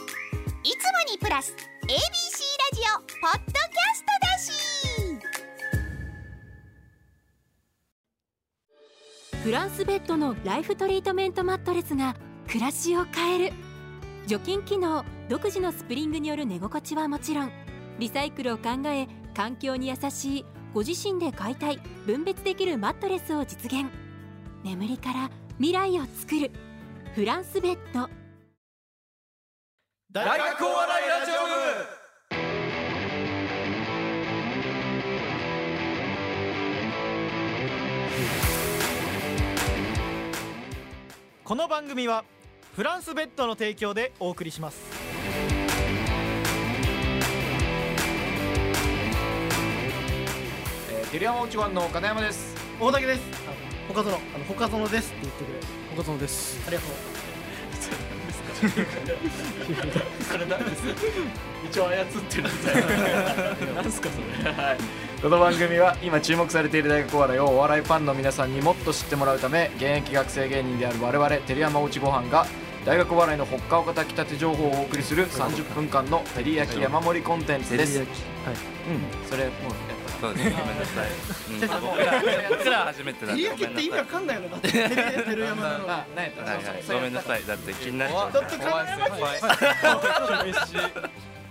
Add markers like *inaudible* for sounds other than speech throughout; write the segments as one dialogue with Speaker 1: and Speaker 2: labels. Speaker 1: いつもにプラス ABC ラジオポッドキャストだし
Speaker 2: フランスベッドのライフトリートメントマットレスが暮らしを変える除菌機能独自のスプリングによる寝心地はもちろんリサイクルを考え環境に優しいご自身で解体分別できるマットレスを実現眠りから未来を作るフランスベッド
Speaker 3: 大学お笑いラジオ部この番組はフランスベッドの提供でお送りします
Speaker 4: えー、デリアンウォッチワンの金山です。
Speaker 3: 大竹ですほかぞのあのほかぞのですって言ってくれる
Speaker 5: 岡園です。
Speaker 3: ありがとう
Speaker 4: それなんです。一応操ってるみたいな。なんすかそれ。はい。この番組は今注目されている大学お笑いをお笑いファンの皆さんにもっと知ってもらうため現役学生芸人である我々テリヤマおうちごはんが大学お笑いのほっかほか炊きたて情報をお送りする30分間のテリヤキ山盛りコンテンツです
Speaker 5: 照
Speaker 4: うん
Speaker 5: り
Speaker 4: それもう
Speaker 6: そうですね、ごめんなさい。うん、僕ら、僕ら初めてだ
Speaker 3: 照り焼きって意味わかんないのだって照り焼き照山なの
Speaker 4: あ何やった
Speaker 6: はいはい、ごめんなさい、だって気になっちゃう
Speaker 3: だって金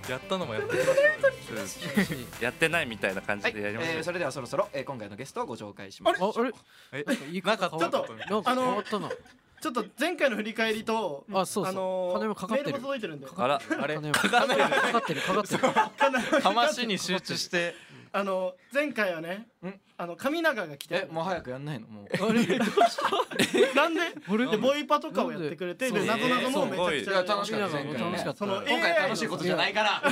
Speaker 5: やったのもやってる。
Speaker 6: うんやってないみたいな感
Speaker 4: はい、
Speaker 6: じでやりましょう
Speaker 4: えー、それではそろそろ、えー、今回のゲストをご紹介します
Speaker 5: あ、あれ。え、なんか変わっ
Speaker 3: ち
Speaker 5: た
Speaker 3: ょっと
Speaker 5: なんか変わったな。
Speaker 3: ちょっと前回の振り返りと
Speaker 5: あそうそう
Speaker 3: あのー
Speaker 5: 金もかかってる
Speaker 3: メールも届いてるんで
Speaker 6: あら、
Speaker 5: あれ、かかってる、かかってる、かかってる。
Speaker 7: 話に集中して
Speaker 3: *laughs* あの前回はね
Speaker 4: ん
Speaker 3: あの神長が来て
Speaker 4: えもう早くやんないのもう
Speaker 5: あれ、
Speaker 3: なんで
Speaker 5: あれ
Speaker 3: でボイパとかをやってくれてで
Speaker 5: なん
Speaker 3: 謎
Speaker 6: で
Speaker 3: 々もめちゃく
Speaker 4: い
Speaker 3: ちゃ
Speaker 4: や楽しかった前回
Speaker 5: 楽しか
Speaker 4: ね
Speaker 3: そ
Speaker 5: った。
Speaker 3: の
Speaker 5: え
Speaker 4: 今回楽し
Speaker 3: AI
Speaker 4: いことじゃないから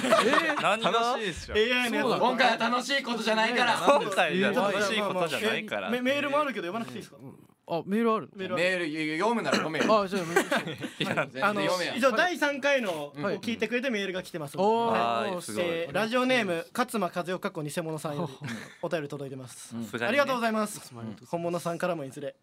Speaker 6: 何が
Speaker 7: 楽しいですよ
Speaker 3: AI のやつ
Speaker 5: そうだ
Speaker 4: 今回は楽しいことじゃないから
Speaker 6: 今回じゃ楽しいことじゃないから。
Speaker 3: メメールもあるけど読まなくていいですか
Speaker 5: あ、メールある。
Speaker 3: メールは
Speaker 4: メール読むなら読めよ
Speaker 5: あ、じゃあ、メールしよ
Speaker 3: あの
Speaker 4: 全然読めや
Speaker 3: 以上第三回のを
Speaker 4: うん
Speaker 3: 聞いてくれてメールが来てます
Speaker 5: う。 *laughs* お
Speaker 3: はい
Speaker 6: は
Speaker 5: ー
Speaker 6: いすごい
Speaker 3: えーラジオネーム勝間和代かっこ偽物さんよりお便り届いて
Speaker 4: *laughs*
Speaker 3: ます
Speaker 4: うん
Speaker 6: さすが
Speaker 3: あ
Speaker 6: に
Speaker 3: り
Speaker 6: ね
Speaker 3: がとうございます本物さんからもいずれ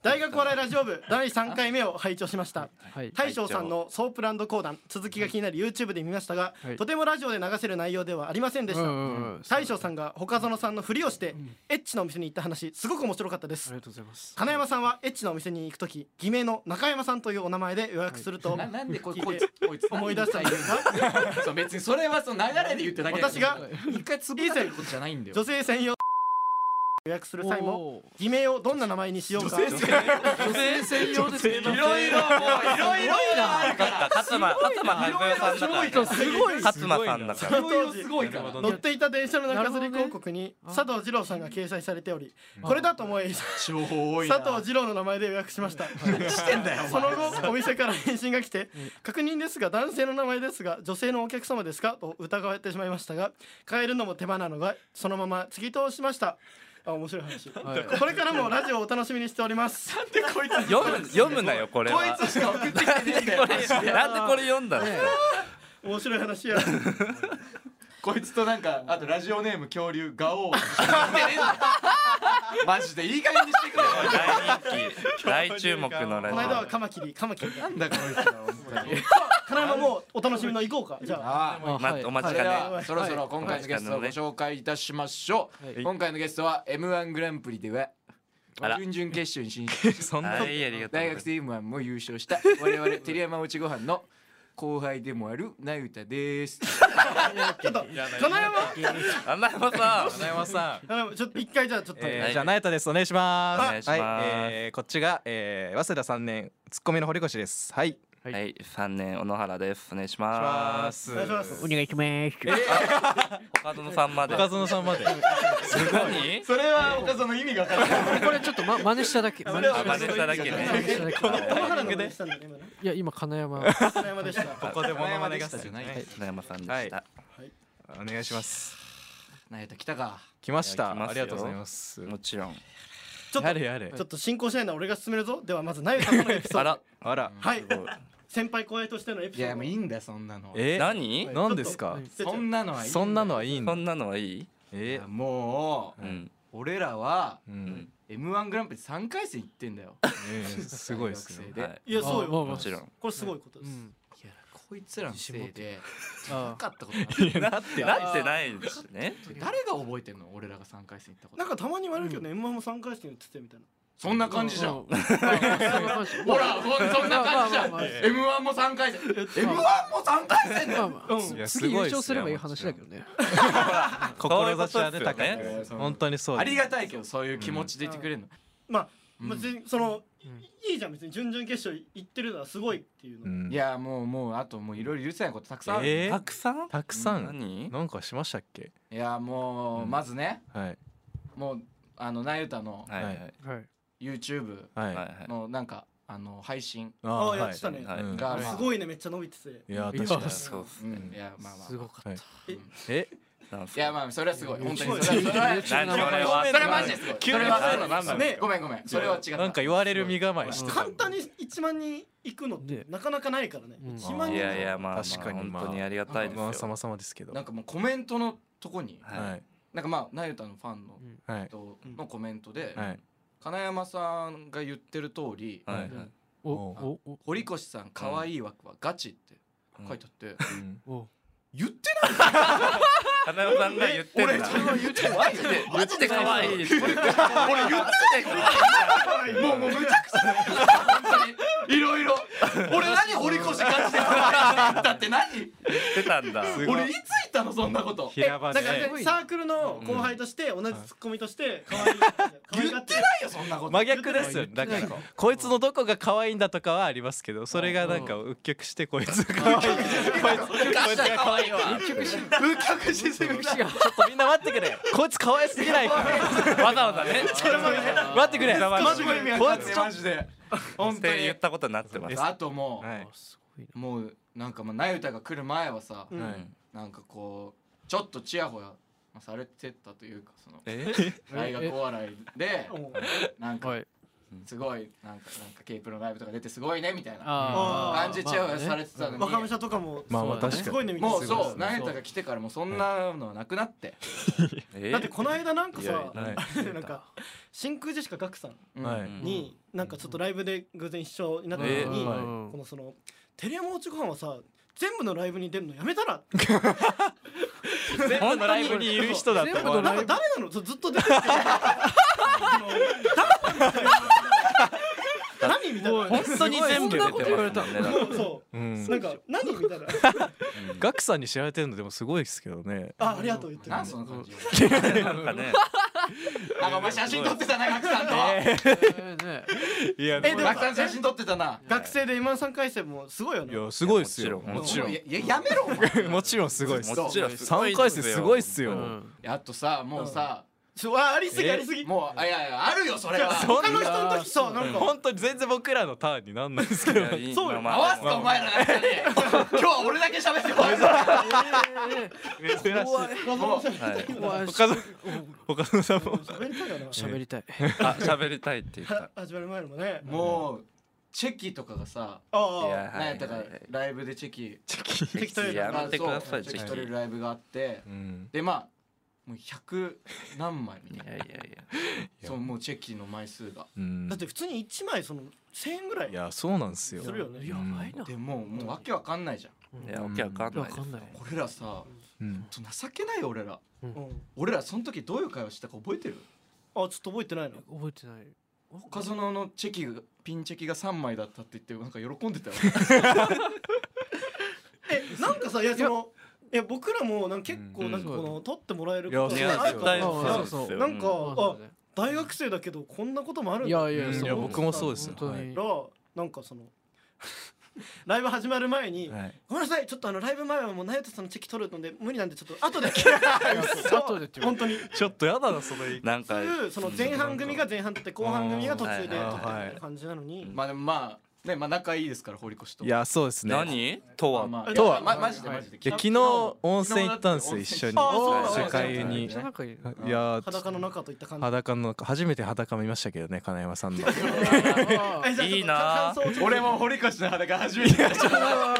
Speaker 3: 大学お笑いラジオ部第三回目を拝聴しました
Speaker 5: はい。
Speaker 3: 大将さんのソープランド講談続きが気になり YouTube で見ましたが、
Speaker 5: はい
Speaker 3: とてもラジオで流せる内容ではありませんでした、
Speaker 5: うんうんうん
Speaker 3: 大将さんが他園さんのふりをして、エッチなお店に行った話すごく面白かったで
Speaker 5: あ
Speaker 3: す
Speaker 5: りがとうございます。
Speaker 3: 金山さんはエッチなお店に行くとき偽名の中山さんというお名前で予約すると、
Speaker 4: ななんでここいつこいつ
Speaker 3: 思い出したんですが
Speaker 4: *laughs* そう別にそれはその流れで言ってだけだ
Speaker 3: 私が
Speaker 4: 一回つぶやることじゃないんだよ
Speaker 3: 女性専用 *laughs* 予約する際も
Speaker 5: おー
Speaker 3: 偽名をどんな名前にしようか
Speaker 5: 女性専用ですね。
Speaker 4: いろいろもういろいろあるか
Speaker 6: なんか勝間、勝間は代さんだから。
Speaker 5: すごい。
Speaker 6: 勝間さんだから
Speaker 4: らい。ろいろすごいから
Speaker 3: *laughs* 乗っていた電車の中吊り広告に佐藤二郎さんが掲載されており、これだと思い
Speaker 4: 情報多いな
Speaker 3: 佐藤二郎の名前で予約しました
Speaker 4: *laughs* してんだよ
Speaker 3: その後お店から返信が来て確認ですが男性の名前ですが女性のお客様ですかと疑われてしまいましたが変えるのも手間なのがそのまま突き通しましたあ面白い話
Speaker 5: はい
Speaker 3: これからもラジオをお楽しみにしております
Speaker 6: 読む、読むなよ、これは。
Speaker 4: こいつしか送ってきてねえんだよ
Speaker 6: これなんでこれ読んだの。
Speaker 3: 面白い話や
Speaker 4: こいつとなんかあとラジオネーム恐竜ガオーマジでいい加減にしてくれよ
Speaker 6: 大人気、大注目のラ
Speaker 3: こ
Speaker 6: ジ
Speaker 3: の間は
Speaker 6: オ
Speaker 3: カマキリカマキリ
Speaker 4: なんだこいつは本当に
Speaker 3: 金山もうお楽しみの行こうかじゃあ
Speaker 4: ああ
Speaker 5: あ
Speaker 6: ま
Speaker 5: はい
Speaker 6: お待
Speaker 4: そ
Speaker 6: ち
Speaker 4: れ
Speaker 6: か
Speaker 4: で
Speaker 6: ね。
Speaker 4: はそろそろ今回のゲストをご紹介いたしましょう、
Speaker 5: はい
Speaker 4: 今回のゲストは m 1グランプリでは
Speaker 6: あら
Speaker 4: 準々決勝に進出し
Speaker 7: そんな
Speaker 6: はい、あ *laughs* りがとうござ
Speaker 4: 大
Speaker 6: い
Speaker 4: 学生 m
Speaker 6: ます。
Speaker 4: 1も優勝した我々照山おちご飯の *laughs* 後輩でもあるなゆたです
Speaker 3: ちょっと金山
Speaker 6: 甘山さん。
Speaker 7: 金山さん
Speaker 3: 金山ちょっと一回じゃあちょっと
Speaker 7: え
Speaker 6: は
Speaker 7: ー、
Speaker 6: い
Speaker 7: じゃあナエタですお願いします
Speaker 6: お願いします
Speaker 7: はい、えー、こっちが、えー、早稲田三年ツッコミの堀越ですはい
Speaker 5: はい
Speaker 6: はい、三年小野原です。お願いし
Speaker 7: お願
Speaker 6: ま
Speaker 7: い
Speaker 6: す。
Speaker 7: し
Speaker 3: お願いしま
Speaker 7: ますす
Speaker 3: お
Speaker 5: 願いします。
Speaker 6: 岡園さんまで。
Speaker 7: 岡園さんまで
Speaker 6: 何？
Speaker 4: それは岡園の意味が分からない
Speaker 5: これちょっと、ま、真似しただけ。真似
Speaker 6: あ、真似しただけ
Speaker 5: 真似
Speaker 6: ね。
Speaker 5: した
Speaker 3: *laughs*
Speaker 5: だけ
Speaker 3: 玉原のでしたんだね今ね
Speaker 5: いや、今金山。
Speaker 3: 金山でした
Speaker 7: ここでモノマネ
Speaker 4: 金山で
Speaker 7: が
Speaker 4: したじゃない
Speaker 7: はい
Speaker 6: 船山さんでした。
Speaker 7: お願いします
Speaker 4: なゆた来たか
Speaker 7: 来まし
Speaker 6: い
Speaker 7: た
Speaker 6: や来ますよ
Speaker 7: ありがとうございます
Speaker 6: もちろん。
Speaker 3: ちょっ
Speaker 7: や
Speaker 3: と
Speaker 7: れやれ
Speaker 3: ちょっと進行しないなら俺が進めるぞではまずナユさんのエピソ
Speaker 6: あ
Speaker 3: ード
Speaker 6: ら、
Speaker 7: あら
Speaker 3: はい
Speaker 6: すごい
Speaker 3: 先輩後輩としてのエピ
Speaker 4: い
Speaker 3: ソー
Speaker 4: や
Speaker 3: ド
Speaker 4: もういいんだよそんなのは
Speaker 7: え
Speaker 6: 何？
Speaker 7: 何ですか
Speaker 3: ちょっと
Speaker 4: そんなのはいい
Speaker 7: そんなの
Speaker 4: は
Speaker 7: はいいん
Speaker 6: そ
Speaker 7: だ
Speaker 6: んなのはいい？
Speaker 7: えー
Speaker 4: もう、
Speaker 6: うん。
Speaker 4: 俺らは
Speaker 7: うん、
Speaker 4: m 1グランプリ3回戦行ってんだよ
Speaker 7: えー、すごいですね
Speaker 4: で
Speaker 6: はい。
Speaker 3: いやそうよ
Speaker 6: もちろん。
Speaker 3: これすごいことで
Speaker 5: う
Speaker 3: す、
Speaker 5: ん
Speaker 4: いやここいつらのせいでな
Speaker 5: あ
Speaker 4: かったことになる
Speaker 6: なってなってないです *laughs* ね
Speaker 4: 誰が覚えてんの俺らが3回戦行ったこと
Speaker 3: なんかたまに言われるけどね、M1 も3回戦言っててみたいな。
Speaker 4: そんな
Speaker 5: あ
Speaker 4: 感じじゃん
Speaker 5: うそんな感じ
Speaker 4: ほらそそんな感じじゃん
Speaker 5: まあまあまあ
Speaker 4: M1 も3回戦 M1 も3回戦だ
Speaker 5: ま
Speaker 4: よ
Speaker 5: あまあ
Speaker 3: うん
Speaker 5: つ
Speaker 7: いやす
Speaker 5: 次優
Speaker 7: ごいっすね
Speaker 5: 勝すればいい話だけどね
Speaker 7: 志はね高い
Speaker 6: ね
Speaker 7: です本当にそう
Speaker 4: あ
Speaker 7: です
Speaker 4: りがたいけどそういう気持ちでいてくれるの
Speaker 3: まあ、
Speaker 4: うん
Speaker 3: 別にその、
Speaker 5: うん
Speaker 3: いいじゃん別に準々決勝行ってるのはすごいっていうの。
Speaker 7: うん
Speaker 4: いやもうもうあともういろいろ許せないことたくさんある
Speaker 7: え
Speaker 6: たくさん
Speaker 7: たくさん
Speaker 6: 何
Speaker 7: なんかしましたっけ
Speaker 4: いやもう
Speaker 7: うん
Speaker 4: まずね
Speaker 7: はい
Speaker 4: もうあのなゆたの
Speaker 6: はいはい
Speaker 5: はい
Speaker 4: YouTube
Speaker 7: は
Speaker 6: はい
Speaker 7: い
Speaker 6: はい
Speaker 4: のなんかあの配信
Speaker 3: ああ、
Speaker 7: ー
Speaker 3: や
Speaker 7: は
Speaker 3: っ
Speaker 7: い
Speaker 3: てたね。
Speaker 6: はい
Speaker 7: うん
Speaker 4: が
Speaker 3: す
Speaker 4: ま
Speaker 3: ごいねめっちゃ伸びてて。
Speaker 7: いや
Speaker 5: いや
Speaker 7: 確かに
Speaker 6: そうです
Speaker 4: あうんいやまあますあ
Speaker 5: ごかった、
Speaker 7: はい
Speaker 4: うん
Speaker 7: え
Speaker 6: なん
Speaker 4: いやまあそれはすごい本当に
Speaker 6: *laughs*
Speaker 4: それはそれは
Speaker 6: 何それは
Speaker 4: それはマジですごいそ
Speaker 6: 急に
Speaker 4: れは
Speaker 6: そういうのなんなの
Speaker 4: ねごめんごめんそれは違った
Speaker 7: なんか言われる身構えしてた
Speaker 3: 簡単に1万人行くのって
Speaker 5: ね
Speaker 3: なかなかないからね。
Speaker 5: うん
Speaker 3: 1万
Speaker 6: い
Speaker 3: 人。
Speaker 6: やいやまあまあ
Speaker 7: 確かに
Speaker 6: 本
Speaker 7: まあ
Speaker 6: 当にありがたいです
Speaker 7: まあ
Speaker 6: よ
Speaker 7: 様々ですけど
Speaker 4: なんかもうコメントのとこに
Speaker 6: は
Speaker 7: はい
Speaker 4: なんかまあなゆたのファンの
Speaker 7: はい
Speaker 4: 人のコメントで
Speaker 7: はい
Speaker 4: 金山さんが言ってる通り
Speaker 6: はいはい
Speaker 5: おおお
Speaker 4: 堀越さん可愛い枠はガチって書いてあって
Speaker 7: うん
Speaker 5: お
Speaker 4: 言って
Speaker 6: 花代さんが言って
Speaker 4: 俺
Speaker 6: んだ
Speaker 4: それは言ってマジで
Speaker 6: 言って可愛いって
Speaker 4: 俺言ってないからもうもうむちゃくちゃ本当にいろいろ俺何堀越ガチで言ったって何
Speaker 6: 言ってたんだ
Speaker 4: 俺いつ言ったのそんなこと
Speaker 7: 平場
Speaker 3: だ
Speaker 7: で
Speaker 3: からね
Speaker 5: ね
Speaker 3: サークルの後輩として同じツッコミとして可愛い可愛
Speaker 4: 言
Speaker 3: が
Speaker 4: っ
Speaker 3: ってて
Speaker 4: ないよそんなこと
Speaker 7: 真逆ですよだからこいつのどこが可愛いんだとかはありますけどそれがなんかうっきょくしてこいつが可愛いこいつこいつが可愛いわ
Speaker 4: 浮脚しすぎだ
Speaker 7: ちょっとみんな待ってくれこいつ可愛すぎないか
Speaker 6: わざわざ
Speaker 5: *laughs*
Speaker 6: ね
Speaker 7: 待ってくれ
Speaker 4: マジで
Speaker 7: こいつちょっ
Speaker 4: マジで
Speaker 6: 本
Speaker 4: 本当
Speaker 6: 当に言
Speaker 4: に
Speaker 6: ったことになってます
Speaker 4: あとも
Speaker 7: とはいう
Speaker 5: すごいな
Speaker 4: うもうなんかまあなゆたが来る前はさ
Speaker 3: うん
Speaker 7: はい
Speaker 4: なんかこうちょっとちやほやされてたというかその
Speaker 6: え
Speaker 4: 大学お笑いで
Speaker 3: うん
Speaker 4: なんか
Speaker 5: はい
Speaker 4: すごいなんかなんか K プロライブとか出てすごいねみたいな
Speaker 5: あ
Speaker 4: 感じちやほやされ
Speaker 5: て
Speaker 4: てたのに
Speaker 3: 若武者とかも
Speaker 7: まあま
Speaker 5: そ
Speaker 7: あ
Speaker 5: うだね
Speaker 7: 確
Speaker 3: す
Speaker 7: か
Speaker 3: ご
Speaker 7: に
Speaker 3: いねみたいな
Speaker 4: もうそうナエタが来てからもうそんなのはなくなって
Speaker 6: え
Speaker 3: だってこの間なんか
Speaker 6: いやい
Speaker 3: さ
Speaker 7: やはい
Speaker 3: あ *laughs* れなんか真空ジェシカガクさん
Speaker 4: うん
Speaker 7: はい
Speaker 6: うん
Speaker 3: になんかちょっとライブで偶然一緒になった時
Speaker 6: え
Speaker 3: に
Speaker 7: はい
Speaker 3: このそのテレ山おちごはんはさ全部のライブに出るのやめたら
Speaker 7: 全部のライブにいる人だと思
Speaker 5: 全部
Speaker 7: う
Speaker 5: のラ
Speaker 3: な
Speaker 5: イ
Speaker 3: ん *laughs*
Speaker 5: ブ
Speaker 3: か誰なのずずっと出てる何みたいな
Speaker 6: 本当に全部出てますもんねだって
Speaker 3: もうそ
Speaker 7: うん
Speaker 3: うなんか何みたいな
Speaker 7: ガクさんに知られてるのでもすごいですけどね
Speaker 3: あありがとう言ってる
Speaker 4: なんその感じ
Speaker 6: なんかね
Speaker 4: *laughs* なんかお前写真撮ってたなガクさんと
Speaker 5: ね
Speaker 7: いや
Speaker 3: えでも
Speaker 4: ガクさん写真撮ってたな
Speaker 3: 学生で今3回戦もすごいよ
Speaker 7: い
Speaker 3: ね
Speaker 7: やすごいっすよも
Speaker 6: も
Speaker 7: ち
Speaker 6: ち
Speaker 7: ろ
Speaker 6: ろ
Speaker 7: ん
Speaker 4: いやいややめろお前い
Speaker 7: もちろんすごいっす
Speaker 6: もちろん
Speaker 7: 3回戦すごいっす
Speaker 5: う
Speaker 7: よ
Speaker 5: ん
Speaker 4: やあとさもうさ
Speaker 3: ちょあありすぎ
Speaker 7: え
Speaker 3: ありすぎ
Speaker 4: もうあいやいやあるよそれは
Speaker 3: 他の人の時さなんか
Speaker 7: 本当に全然僕らのターンになんないですけど
Speaker 3: そうよ
Speaker 4: 合わすかお前らなんか
Speaker 6: *laughs*
Speaker 4: ね今日は俺だけ喋ってこもう
Speaker 6: はい
Speaker 5: 怖
Speaker 7: 珍しい
Speaker 5: いし
Speaker 7: *laughs* 他の他のさんも
Speaker 3: 喋りたいよな
Speaker 5: 喋りたい
Speaker 6: あ喋りたいって
Speaker 3: *laughs*
Speaker 6: 言った
Speaker 3: は始まる前のもね
Speaker 4: いもうチェキとかがさ
Speaker 3: あ
Speaker 6: い
Speaker 3: あ
Speaker 6: や
Speaker 4: なんやったかライブでチェキ
Speaker 3: 適当
Speaker 6: や
Speaker 3: や
Speaker 6: めてくださ
Speaker 4: そう
Speaker 6: い
Speaker 4: チェ
Speaker 6: 次
Speaker 4: キ
Speaker 6: い
Speaker 4: 取れるライブがあって
Speaker 7: うん
Speaker 4: でまあもう100何枚みたい
Speaker 6: やいやいや
Speaker 4: なそうもうチェキの枚数が
Speaker 7: うん
Speaker 3: だって普通に1枚その1000円ぐらい
Speaker 7: いやそうなんですよ
Speaker 3: するよね
Speaker 5: やばいな
Speaker 4: でもうもうわけわかんないじゃん
Speaker 6: いや、わけわかんない
Speaker 5: わ
Speaker 6: です
Speaker 5: かんない
Speaker 4: 俺らさ
Speaker 7: うん
Speaker 4: ちょ情けないよ俺ら
Speaker 3: うん
Speaker 4: 俺らその時どういう会話したか覚えてる
Speaker 3: あちょっと覚えてないの
Speaker 5: 覚えてない
Speaker 4: 岡園のチェキがピンチェキが3枚だったって言ってなんか喜ん
Speaker 7: *laughs*
Speaker 4: でたよ
Speaker 3: えなんかさいやそのいや僕らもなんか結
Speaker 6: う
Speaker 3: 構
Speaker 6: ん
Speaker 3: なんかこの取ってもらえる
Speaker 7: いや
Speaker 3: こと
Speaker 6: い
Speaker 3: が
Speaker 6: や
Speaker 3: ない
Speaker 6: 絶
Speaker 3: から
Speaker 6: 対
Speaker 5: そう
Speaker 6: そう
Speaker 5: そう
Speaker 6: ですよ
Speaker 3: なんか
Speaker 6: う
Speaker 5: そうだね
Speaker 3: 大学生だけどこんなこともあるん
Speaker 5: い
Speaker 3: だ
Speaker 5: やいや
Speaker 7: いや僕もそうですよ
Speaker 5: 本当に
Speaker 3: らなんかその *laughs* ライブ始まる前に
Speaker 7: はい
Speaker 3: ごめんなさいちょっとあのライブ前はもうナイトさんのチェキ取るので無理なんでちょっと後で
Speaker 5: 後でって言
Speaker 3: 本
Speaker 5: わ
Speaker 3: 当に
Speaker 7: ちょっとやだなその言い
Speaker 6: なん
Speaker 3: そ
Speaker 6: か
Speaker 3: ういうその前半組が前半取って後半組が途中で取ってみたいな感じなのに
Speaker 4: まあでもまあねまあ仲いいですから堀越と
Speaker 7: いやそうですね
Speaker 6: 何と
Speaker 4: まあ
Speaker 6: は
Speaker 3: え
Speaker 4: まあいや
Speaker 7: とは
Speaker 4: まあまあマジでマジで
Speaker 7: いや昨日温泉行ったんですよ一緒に
Speaker 3: あそう
Speaker 4: なんだ
Speaker 7: 世界に
Speaker 5: めっちゃ仲いいな
Speaker 7: いや
Speaker 3: 裸の中といった感じ
Speaker 7: 裸の中初めて裸見ましたけどね金山さん *laughs* の
Speaker 5: あー
Speaker 3: えじゃあ
Speaker 6: いいな
Speaker 3: ちょっと感想を
Speaker 4: 俺も堀越の裸初めてやっちゃっ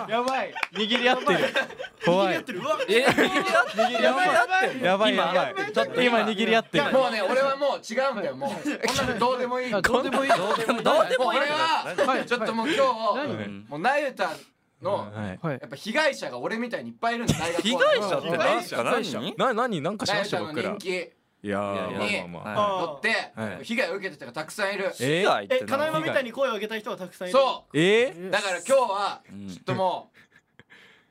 Speaker 4: たやばい
Speaker 7: 握り合ってる怖
Speaker 3: 握り合っ
Speaker 7: い
Speaker 3: てるうわ
Speaker 6: え握り合って
Speaker 7: やばいやばい
Speaker 6: 今ちょっと
Speaker 7: 今握り合ってる
Speaker 4: もうね俺はもう違うんだよもうこんなのどうでも
Speaker 7: *laughs*
Speaker 4: いい
Speaker 5: あどうでもいい
Speaker 6: どうでもいい
Speaker 4: もう俺は
Speaker 5: はい
Speaker 4: ちょっともう今
Speaker 5: 何
Speaker 4: 日
Speaker 6: うん
Speaker 4: もうなゆたの
Speaker 7: はい
Speaker 5: はい
Speaker 4: やっぱ被害者が俺みたいにいっぱいいるんだ大学
Speaker 7: 被害者って
Speaker 4: 被害
Speaker 7: 何
Speaker 4: 者
Speaker 7: か何な何なんかしま
Speaker 4: 大
Speaker 7: した
Speaker 4: 学の
Speaker 7: 僕ら
Speaker 4: 人気
Speaker 7: いやー
Speaker 4: に
Speaker 7: まあまあまあ
Speaker 6: は
Speaker 4: 乗って
Speaker 7: はい
Speaker 4: 被害を受けた人がたくさんいる
Speaker 7: えー
Speaker 3: え金山みたいに声を上げた人がたくさんいる
Speaker 4: そ
Speaker 7: え
Speaker 4: うだから今日は
Speaker 6: うん
Speaker 4: ちょっともう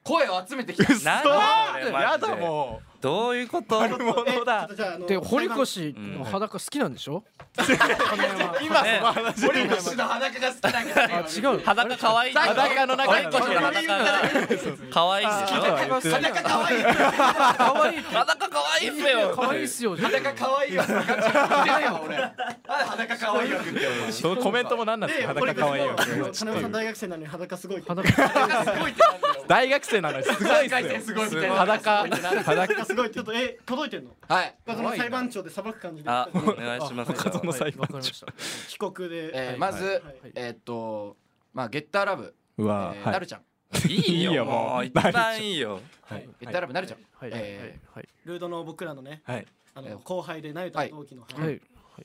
Speaker 4: 声を集めてきた
Speaker 6: なんだ
Speaker 7: う
Speaker 6: これマジで
Speaker 7: やだも
Speaker 6: どういうこと
Speaker 7: うもの
Speaker 3: ちょっ
Speaker 7: だ
Speaker 3: とじゃああの
Speaker 5: *laughs* で堀越の裸好きなんでしょ、金山
Speaker 7: 今その話
Speaker 4: 堀越の裸が好きだけどね
Speaker 5: あ違う
Speaker 6: 裸可愛い
Speaker 7: 裸の中
Speaker 6: に可愛いっすよ
Speaker 4: 裸
Speaker 7: 裸
Speaker 4: 可愛い
Speaker 6: 裸可愛いっすよ
Speaker 5: 可愛いっすよ
Speaker 4: 裸可愛いよそんな感じ言ってないわ俺なんで裸可愛いよって言ってんの
Speaker 7: そのコメントもなんなんで
Speaker 3: で
Speaker 7: すか
Speaker 3: 堀口
Speaker 7: 裸可
Speaker 3: も
Speaker 7: 愛いよ
Speaker 3: 金山さん大学生なのに裸すごい
Speaker 7: *laughs*
Speaker 3: って
Speaker 7: 大学生なのにすごいっ
Speaker 4: 大学生
Speaker 7: す
Speaker 4: す
Speaker 7: よ
Speaker 4: ごいみたいな
Speaker 7: 裸
Speaker 3: 裸すごいってちょっとえ届いてんの
Speaker 4: はい
Speaker 3: その裁判長で裁く感じで
Speaker 6: あお願いします
Speaker 7: その裁判
Speaker 5: わかりま
Speaker 7: 長
Speaker 5: した
Speaker 7: *laughs*
Speaker 3: 帰国で、
Speaker 4: えーまず
Speaker 3: はい
Speaker 4: えーっとまあゲッターラブ
Speaker 7: う
Speaker 4: え
Speaker 7: わ
Speaker 4: ー
Speaker 7: は
Speaker 4: ないるちゃん
Speaker 6: いいよもう一番いいよ
Speaker 3: はい、
Speaker 4: ゲッターラブなるちゃん
Speaker 5: はいはい
Speaker 4: え
Speaker 5: はい
Speaker 3: ルードの僕らのね
Speaker 7: はい
Speaker 3: あ
Speaker 4: え
Speaker 3: の
Speaker 4: ー
Speaker 3: 後輩でなゆたの同期の、
Speaker 5: はい、はい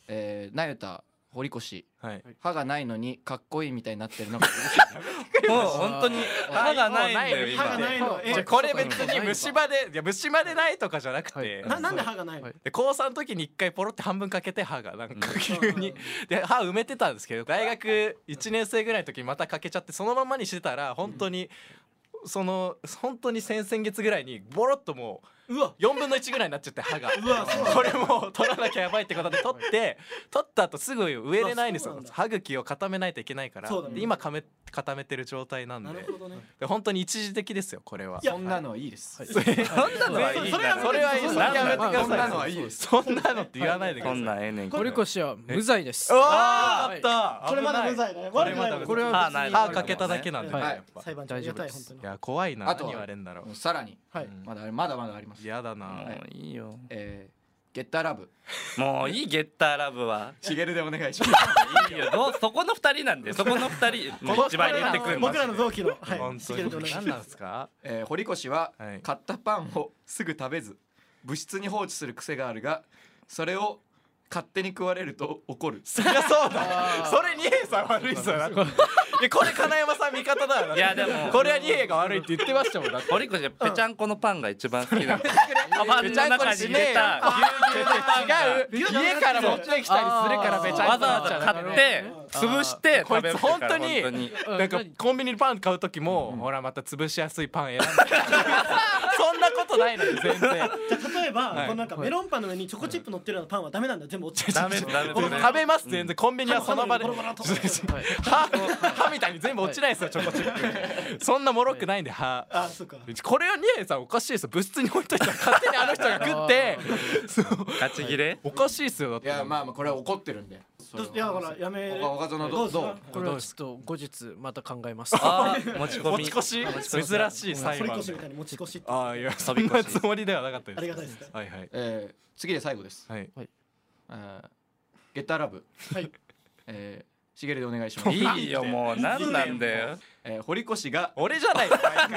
Speaker 4: えーなゆた堀越
Speaker 7: はい
Speaker 4: 歯がないのにかっこいいみたいになってるのが
Speaker 6: もう本当に歯がないんだよ
Speaker 3: 歯がな
Speaker 6: 今
Speaker 3: いのえ
Speaker 7: じゃあこれ別に虫歯でいや虫歯でないとかじゃなく
Speaker 5: は
Speaker 7: て
Speaker 5: い
Speaker 3: ななんで歯がないの、
Speaker 5: はい
Speaker 7: で高三の時に一回ポロって半分かけて歯がなんか急にで歯埋めてたんですけど大学1年生ぐらいの時にまたかけちゃってそのままにしてたら本当にその本当に先々月ぐらいにボロッともう
Speaker 3: うわ
Speaker 7: 4分の1ぐらいになっちゃって歯が
Speaker 3: うわそう
Speaker 7: *laughs* これもう取らなきゃやばいってことで取って取った後すぐ植えれないんです
Speaker 3: あそう
Speaker 7: よ
Speaker 3: なんだ
Speaker 7: 歯茎を固めないといけないから
Speaker 3: そうだね
Speaker 7: で今かめ固めてる状態なん
Speaker 3: な
Speaker 7: で
Speaker 3: るほどね
Speaker 7: で本当に一時的ですよこれは。
Speaker 4: そんなのはいいです
Speaker 6: そんなのはいい
Speaker 3: それは
Speaker 7: それはいいで
Speaker 3: そ
Speaker 7: すそ
Speaker 3: れは
Speaker 7: れやめて
Speaker 5: まあ
Speaker 7: ください
Speaker 5: そんなの
Speaker 4: はいいです
Speaker 7: そんなのって言わないでく
Speaker 6: こ
Speaker 7: だ
Speaker 6: ん
Speaker 7: さい
Speaker 6: なんええねんけど
Speaker 5: 堀越は無罪です
Speaker 7: あ
Speaker 5: はい
Speaker 7: ーあった
Speaker 3: これまだ無
Speaker 7: 危な
Speaker 3: 罪
Speaker 7: い
Speaker 3: だね
Speaker 7: これ
Speaker 3: 悪く
Speaker 7: ま
Speaker 3: ない
Speaker 7: だ
Speaker 3: の
Speaker 5: これは
Speaker 6: 歯
Speaker 5: 別に
Speaker 6: ない
Speaker 7: 歯かけただけなんでね
Speaker 3: はい
Speaker 7: やっぱ
Speaker 3: 裁判長ありがたい本当に
Speaker 7: いや怖いな
Speaker 4: あと
Speaker 7: 何
Speaker 4: は
Speaker 7: 言われんだろう
Speaker 4: もうさらに
Speaker 3: はい
Speaker 4: まだあれまだまだあります
Speaker 7: 嫌だな
Speaker 4: はい
Speaker 6: もういいよ
Speaker 4: えーゲッターラブ
Speaker 6: もういいゲッターラブは
Speaker 4: しげるでお願いします
Speaker 6: いいよどうそこの二人なんでそこの二人もう一番言ってくる
Speaker 3: 僕らの同期の、はい、
Speaker 7: 本当
Speaker 3: しげるでお願い
Speaker 7: に
Speaker 3: しま
Speaker 7: 何
Speaker 3: す
Speaker 7: なんですか
Speaker 4: えー堀越は
Speaker 7: はい
Speaker 4: 買ったパンをすぐ食べず部室に放置する癖があるがそれを勝手に食われると怒る
Speaker 7: そりゃそうだそれ二平さん悪いぞなえこれ金山さん味方だよない
Speaker 6: やでも
Speaker 7: これは二平が悪いって言ってましたもんだって
Speaker 6: 堀越ペチャンコのパンが一番好きなんでカバンの中に入れた
Speaker 7: 違う家から持ってきたりするからべちゃ
Speaker 6: わ
Speaker 7: ん
Speaker 6: ざ
Speaker 7: こになっ
Speaker 6: わ
Speaker 7: ち
Speaker 6: ざ
Speaker 7: ゃう
Speaker 6: 買って潰して
Speaker 7: こい
Speaker 6: 食べ
Speaker 7: つ
Speaker 6: る
Speaker 7: 本
Speaker 6: から
Speaker 7: 当に
Speaker 6: 本当に
Speaker 5: うん
Speaker 7: なんか
Speaker 5: 何
Speaker 7: コンビニパン買う時もほらまた潰しやすいパン選んでそんなことないのに全然
Speaker 3: 例えば、
Speaker 7: はい
Speaker 3: このなんかメロンパンの上にチョコチップ乗ってるようなパンはダメなんだ全部落ちちゃう
Speaker 6: ダメダメ
Speaker 7: 僕食べます全然コンビニはその場で
Speaker 3: ボロ
Speaker 7: 歯
Speaker 3: ボロとあ
Speaker 7: 歯みたいに全部落ちないですよチョコチップそんなもろくないんで歯
Speaker 3: そうか
Speaker 7: これはニエさんおかしいですよ物質に置いといたら勝手にあの人が食ってそう
Speaker 6: ガチ切れ
Speaker 7: おかしいですよだっ
Speaker 4: い
Speaker 7: て
Speaker 4: やまあまあこれは怒ってるんで
Speaker 3: どいやほらやめ
Speaker 4: 岡岡園どうどう
Speaker 5: これはちょっと後日また考えます
Speaker 6: あー持ち込
Speaker 7: 持
Speaker 6: み
Speaker 7: ち越し珍しい裁
Speaker 3: 堀
Speaker 7: 判
Speaker 3: 越みたいに持ち越しって
Speaker 7: ああいやそんなつもりではなかったです
Speaker 3: ありがたいですね
Speaker 7: はいはい
Speaker 4: えー次で最後です
Speaker 7: はい
Speaker 4: えーゲッターラブ
Speaker 3: はい
Speaker 4: えーしげるでお願いします
Speaker 6: いいよもう何なんだよ
Speaker 4: えー堀越が
Speaker 7: 俺じゃない毎回こいつ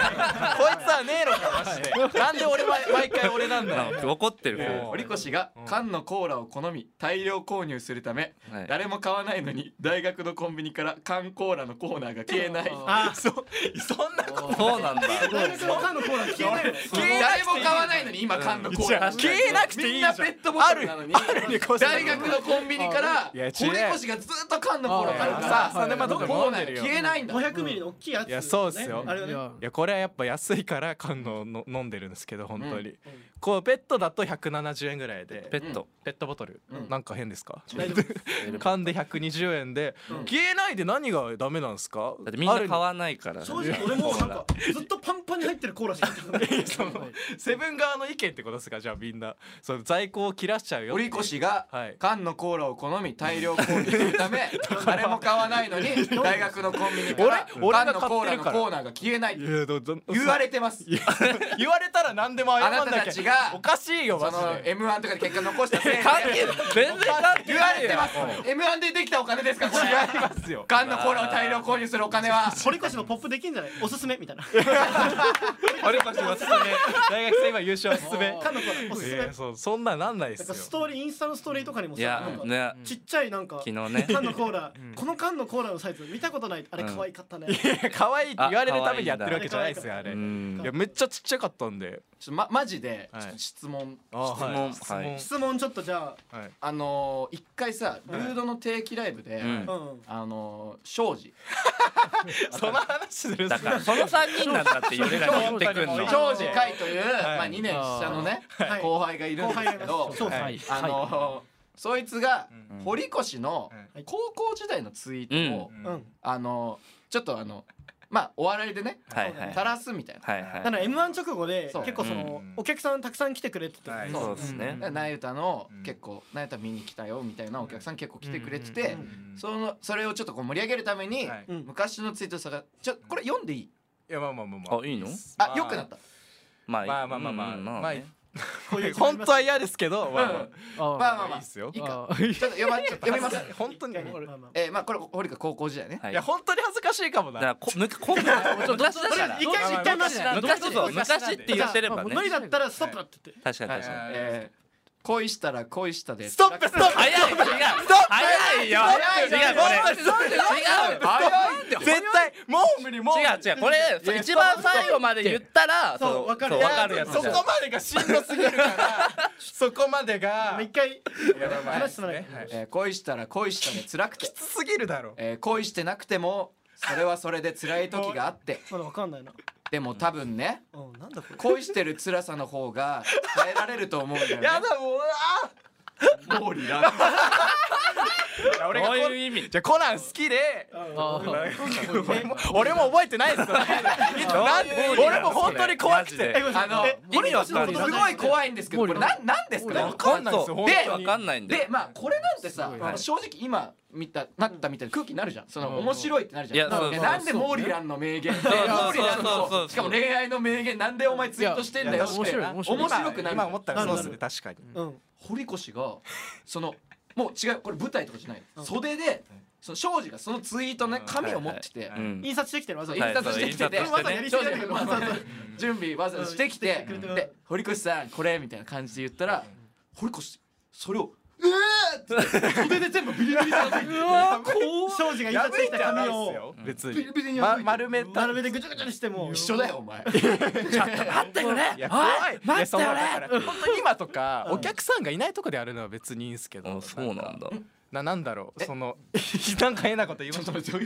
Speaker 7: はねえのかマ
Speaker 4: *laughs*
Speaker 7: ジでなんで俺は毎回俺なんだよ
Speaker 6: なんか怒ってる
Speaker 7: も
Speaker 4: 堀越が缶のコーラを好み大量購入するため
Speaker 6: はい
Speaker 4: 誰も買わないのに大学のコンビニから缶コーラのコーナーが消えない
Speaker 3: あー
Speaker 7: そんなこと
Speaker 6: そうなんだ
Speaker 3: 大学の缶のコーラ消えないの
Speaker 4: 誰も買わないのに今缶のコーラ
Speaker 7: 消えなくていい
Speaker 4: みん
Speaker 7: じゃ
Speaker 4: なんペットボトルなのに
Speaker 7: *laughs* に越したことな
Speaker 4: 大
Speaker 7: い
Speaker 4: 学のコンビニから
Speaker 7: いや違う
Speaker 4: 堀越がずっと缶のコーラ買うか
Speaker 7: あ
Speaker 4: ら
Speaker 7: ーそれまた
Speaker 4: コーナーが消えないんだ
Speaker 3: 500ミリの大きいやつ、
Speaker 7: いやそうっす
Speaker 3: ね
Speaker 7: よ
Speaker 3: あれ
Speaker 5: い
Speaker 3: はね
Speaker 5: や
Speaker 7: いやこれはやっぱ安いから缶のの飲んでるんですけど本当に、
Speaker 4: う
Speaker 7: こうペットだと170円ぐらいで
Speaker 6: ペット
Speaker 7: ペットボトル、
Speaker 4: うん
Speaker 7: なんか変ですか
Speaker 3: 大丈夫
Speaker 7: 缶で120円で、消えないで何がダメなんですか
Speaker 6: だってみんな買
Speaker 7: あ
Speaker 6: わないから
Speaker 3: 正直俺もなんかずっとパンパンに入ってるコーラしか飲んでない
Speaker 7: るにセブン側の意見ってことですかじゃあみんなその在庫を切らしちゃうよ
Speaker 4: 堀越が
Speaker 7: はい
Speaker 4: 缶のコーラを好み大量購入するため誰も買わないのに大学のコンビニから
Speaker 7: 俺
Speaker 4: 缶
Speaker 7: 俺が
Speaker 4: のコー
Speaker 7: 買
Speaker 4: ラ
Speaker 7: って
Speaker 4: の
Speaker 7: る
Speaker 4: コー
Speaker 7: から
Speaker 4: ナーが消えない
Speaker 7: いやど *laughs* ど
Speaker 4: 言われてます
Speaker 7: 言われたら何でも謝んなきゃ
Speaker 4: あなたたちが
Speaker 7: おかしいよ
Speaker 4: そ
Speaker 7: マジ
Speaker 4: の
Speaker 7: で
Speaker 4: M1 とかで結果残したせいで
Speaker 6: 関係ない全然関係
Speaker 4: 言わ
Speaker 6: ない
Speaker 4: れてます M1 でできたお金ですかこれ
Speaker 7: 違いますよ
Speaker 4: 缶のコーラを大量購入するお金は
Speaker 3: 堀越のポップできんじゃないおすすめみたいな
Speaker 7: 堀越おすすめ大学生今優勝おすすめ
Speaker 3: 缶のコーラおすすめ
Speaker 7: えーそうそんなんなんないで
Speaker 3: なんか
Speaker 7: す
Speaker 3: ス
Speaker 7: よ
Speaker 3: トーリーインスタのストーリーとかにも
Speaker 6: い
Speaker 3: さ
Speaker 6: や
Speaker 3: なんか
Speaker 6: ね
Speaker 3: ちっちゃいなんか
Speaker 6: 昨日ね
Speaker 3: 缶のコーラ、この缶のコーラのサイズ見たことないあれ可愛かったね、
Speaker 7: や可愛いって言われるためにやってるわけじゃないですよあれ
Speaker 6: う
Speaker 7: い
Speaker 6: ん
Speaker 7: やめっちゃちっちゃかったんで
Speaker 4: ちょっとまマジで
Speaker 7: はい
Speaker 4: ちょっと質問、
Speaker 7: あ
Speaker 6: 質問はい
Speaker 3: 質問ちょっとじゃ
Speaker 7: はい
Speaker 4: あのー一回さルードの定期ライブで、
Speaker 6: うん
Speaker 3: あ、うん、
Speaker 4: あのー庄司
Speaker 7: その話するんで
Speaker 6: だ
Speaker 7: す
Speaker 6: か
Speaker 7: から
Speaker 6: その三人なんだって俺らに言ってくんの
Speaker 7: はい
Speaker 4: 庄司海という、
Speaker 7: はい
Speaker 4: まあ、2年下のね、
Speaker 3: はい
Speaker 4: 後輩がいるん
Speaker 3: 後
Speaker 4: です
Speaker 3: 輩がい
Speaker 4: け
Speaker 3: ます
Speaker 4: ど、
Speaker 3: そう
Speaker 7: は
Speaker 5: はいい
Speaker 4: あのーそいつが
Speaker 6: うん
Speaker 4: 堀越の
Speaker 3: はい
Speaker 4: 高校時代のツイートを、
Speaker 3: うん、
Speaker 4: あのーちょっとあのまあお笑いでね
Speaker 6: はいはい
Speaker 4: 垂らすみたいな。
Speaker 6: はい
Speaker 3: だか
Speaker 6: は
Speaker 3: ら M1 直後で
Speaker 4: そう
Speaker 3: 結構その、
Speaker 7: うん
Speaker 3: お客さんたくさん来てくれてて、
Speaker 6: い
Speaker 4: そう
Speaker 6: そうですね
Speaker 4: でナユタの
Speaker 7: うん
Speaker 4: 結構ナユタ見に来たよみたいなお客さん結構来てくれて
Speaker 7: うん
Speaker 4: て
Speaker 3: うん
Speaker 4: そのそれをちょっとこう盛り上げるために
Speaker 7: はい
Speaker 3: うん
Speaker 4: 昔のツイートさがちょこれ読んでいい
Speaker 7: いやまあまあまあま
Speaker 6: あいいの
Speaker 4: あ良くなった
Speaker 6: まあ
Speaker 7: まあまあまあまあ
Speaker 6: うん
Speaker 7: まあ
Speaker 6: まあね
Speaker 3: こういう
Speaker 7: 本当は嫌ですけどまあまあ
Speaker 5: あ
Speaker 4: まあまあま
Speaker 7: いい
Speaker 4: あ
Speaker 7: っすよ
Speaker 4: いいか
Speaker 5: あー
Speaker 4: ちょっと読
Speaker 7: *laughs*
Speaker 4: まちょっと読みます
Speaker 7: 本当に
Speaker 3: まあ
Speaker 7: い
Speaker 3: まあまあ
Speaker 4: えーまあこれ堀川高校時代ね
Speaker 6: はい
Speaker 7: や
Speaker 6: だか
Speaker 7: 本当に恥ずかしいかもな
Speaker 6: らこむ今度は昔だから
Speaker 3: 一回一回マジで
Speaker 5: どっち
Speaker 6: 昔
Speaker 5: どっち
Speaker 6: そう昔って言ってれば
Speaker 3: もう
Speaker 6: ね
Speaker 3: 無理だったらストップだって言って、
Speaker 6: 確かに
Speaker 7: はい
Speaker 6: 確かに
Speaker 4: えー恋したら恋したで
Speaker 3: ストップストップ
Speaker 6: 早い違う早いよ違うこれ違う
Speaker 4: 早い
Speaker 7: 絶対もう無理もう無理
Speaker 6: 違う違うこれそう一番最後まで言ったら
Speaker 3: そう
Speaker 6: そう
Speaker 3: わかる
Speaker 6: そうわかるやつ
Speaker 7: そ
Speaker 6: じ
Speaker 7: こ
Speaker 6: ゃん
Speaker 7: までがしんどすぎるからそこまでが
Speaker 3: もう一回話すの
Speaker 7: ね
Speaker 3: ね
Speaker 7: はい
Speaker 4: えー恋したら恋したで辛くて
Speaker 7: きつすぎるだろ
Speaker 4: えー恋してなくてもそれはそれで辛い時があって
Speaker 3: まだわかんないな
Speaker 4: でも多分ね
Speaker 3: うんなんだこれ
Speaker 4: 恋してる辛さの方が耐えられると思うんだよね
Speaker 7: やだもうあ
Speaker 4: 毛利蘭
Speaker 7: ーいや俺が
Speaker 6: こう
Speaker 7: こ
Speaker 6: いう意味
Speaker 7: じゃあコナン好きで
Speaker 5: あー
Speaker 7: 俺も俺も覚えてないですよなん俺も本当に怖く
Speaker 6: マジ
Speaker 7: て
Speaker 6: で
Speaker 4: *laughs* あの
Speaker 3: え
Speaker 6: 意味わかんない
Speaker 4: すごい怖いんですけどこれななんです
Speaker 6: わ
Speaker 4: か
Speaker 6: かんないです
Speaker 7: そう
Speaker 6: よ
Speaker 7: 本
Speaker 6: で
Speaker 7: 当
Speaker 6: わ
Speaker 7: に
Speaker 6: かんないんだ
Speaker 4: で
Speaker 6: よ
Speaker 4: まあこれなんてさ
Speaker 5: すごい
Speaker 4: まあ正直今見たなったみたいな空気になるじゃんその面白いってなるじゃん
Speaker 6: いやそう
Speaker 4: えなんでモーリランの名言モーリラン
Speaker 6: そうそうそうそ
Speaker 4: の
Speaker 6: う
Speaker 4: しかも恋愛の名言なんでお前ツイートしてんだよっ
Speaker 5: い
Speaker 4: て
Speaker 5: や面白い
Speaker 4: 面
Speaker 5: 面
Speaker 4: 白
Speaker 5: 白い
Speaker 4: くなる
Speaker 7: 今思ったらそうです
Speaker 3: な
Speaker 7: ね
Speaker 3: る
Speaker 7: 確かに
Speaker 3: うん
Speaker 4: 堀越がそのもう違うこれ舞台とかじゃない袖でその庄司がそのツイートね紙を持ってて
Speaker 6: う。ん
Speaker 3: 印刷してきてるわざ
Speaker 4: そう
Speaker 3: わ
Speaker 4: 印
Speaker 3: ざ
Speaker 4: 刷してきてて、
Speaker 6: はい
Speaker 3: そう印刷してね
Speaker 4: 庄司がわざわざ準備わざわざしてきて、
Speaker 3: うん
Speaker 4: で堀越さんこれみたいな感じで言ったら、堀越それをえーって袖で全部ビリビリされて
Speaker 3: 庄司が印刷してきた紙を
Speaker 7: 別
Speaker 4: ビ
Speaker 7: に
Speaker 4: リビリに破い
Speaker 7: ま
Speaker 4: て
Speaker 7: 丸めた
Speaker 3: 並べてぐちゃぐちゃにしても
Speaker 4: 一緒だよお前。
Speaker 6: 待ってくれ
Speaker 7: いや怖い待って俺本当に今とかお客さんがいないとこでやるのは別にいいんですけど
Speaker 6: あそうなんだ
Speaker 7: ななんだろうその *laughs* なんか変なこと言いましたそ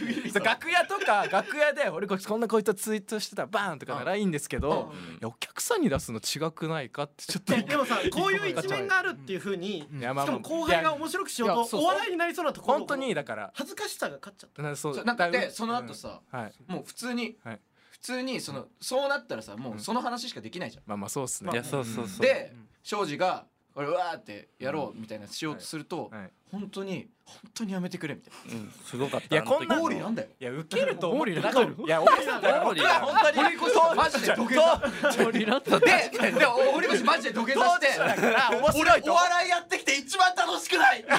Speaker 7: う楽屋とか楽屋で俺こいつこんなこいつツイートしてたらバーンとかならいいんですけどいやお客さんに出すの違くないかってちょっと
Speaker 3: ででもさこういう一面があるっていうふうに
Speaker 7: い
Speaker 3: し
Speaker 7: や
Speaker 3: か
Speaker 7: まあまあ
Speaker 3: も後輩が面白くしよ
Speaker 5: いや
Speaker 3: うと
Speaker 5: そうそう
Speaker 3: お笑いになりそうなところ
Speaker 7: 本当にだから
Speaker 3: 恥ずかしさが勝っちゃっ
Speaker 7: なそ
Speaker 4: そうなんかでその後さ、
Speaker 7: うんはい
Speaker 4: もう普通に、
Speaker 7: はい
Speaker 4: 普通にそのそうなったらさもうその話しかできないじゃん。
Speaker 7: まあまあそうっす
Speaker 6: い
Speaker 7: ね
Speaker 6: やそうそうそう
Speaker 4: で庄司がこれうわーってやろうみたいなしようとすると、
Speaker 7: はい
Speaker 4: 本当に本当にやめてくれみたい
Speaker 6: うんすごかった
Speaker 7: いやこん
Speaker 4: な。
Speaker 7: な
Speaker 4: モーリーなんだよ。
Speaker 7: いやウケると思ってなか
Speaker 5: モ
Speaker 7: っ
Speaker 5: ーリー
Speaker 7: たいや俺さ
Speaker 6: モーリー
Speaker 7: 僕は本当に
Speaker 4: 堀越さんマジで土下座。で、で、お堀越マジで土下座して。
Speaker 7: 面白い
Speaker 4: お
Speaker 7: と
Speaker 4: 笑いやってきて一番楽しくない。
Speaker 5: うわ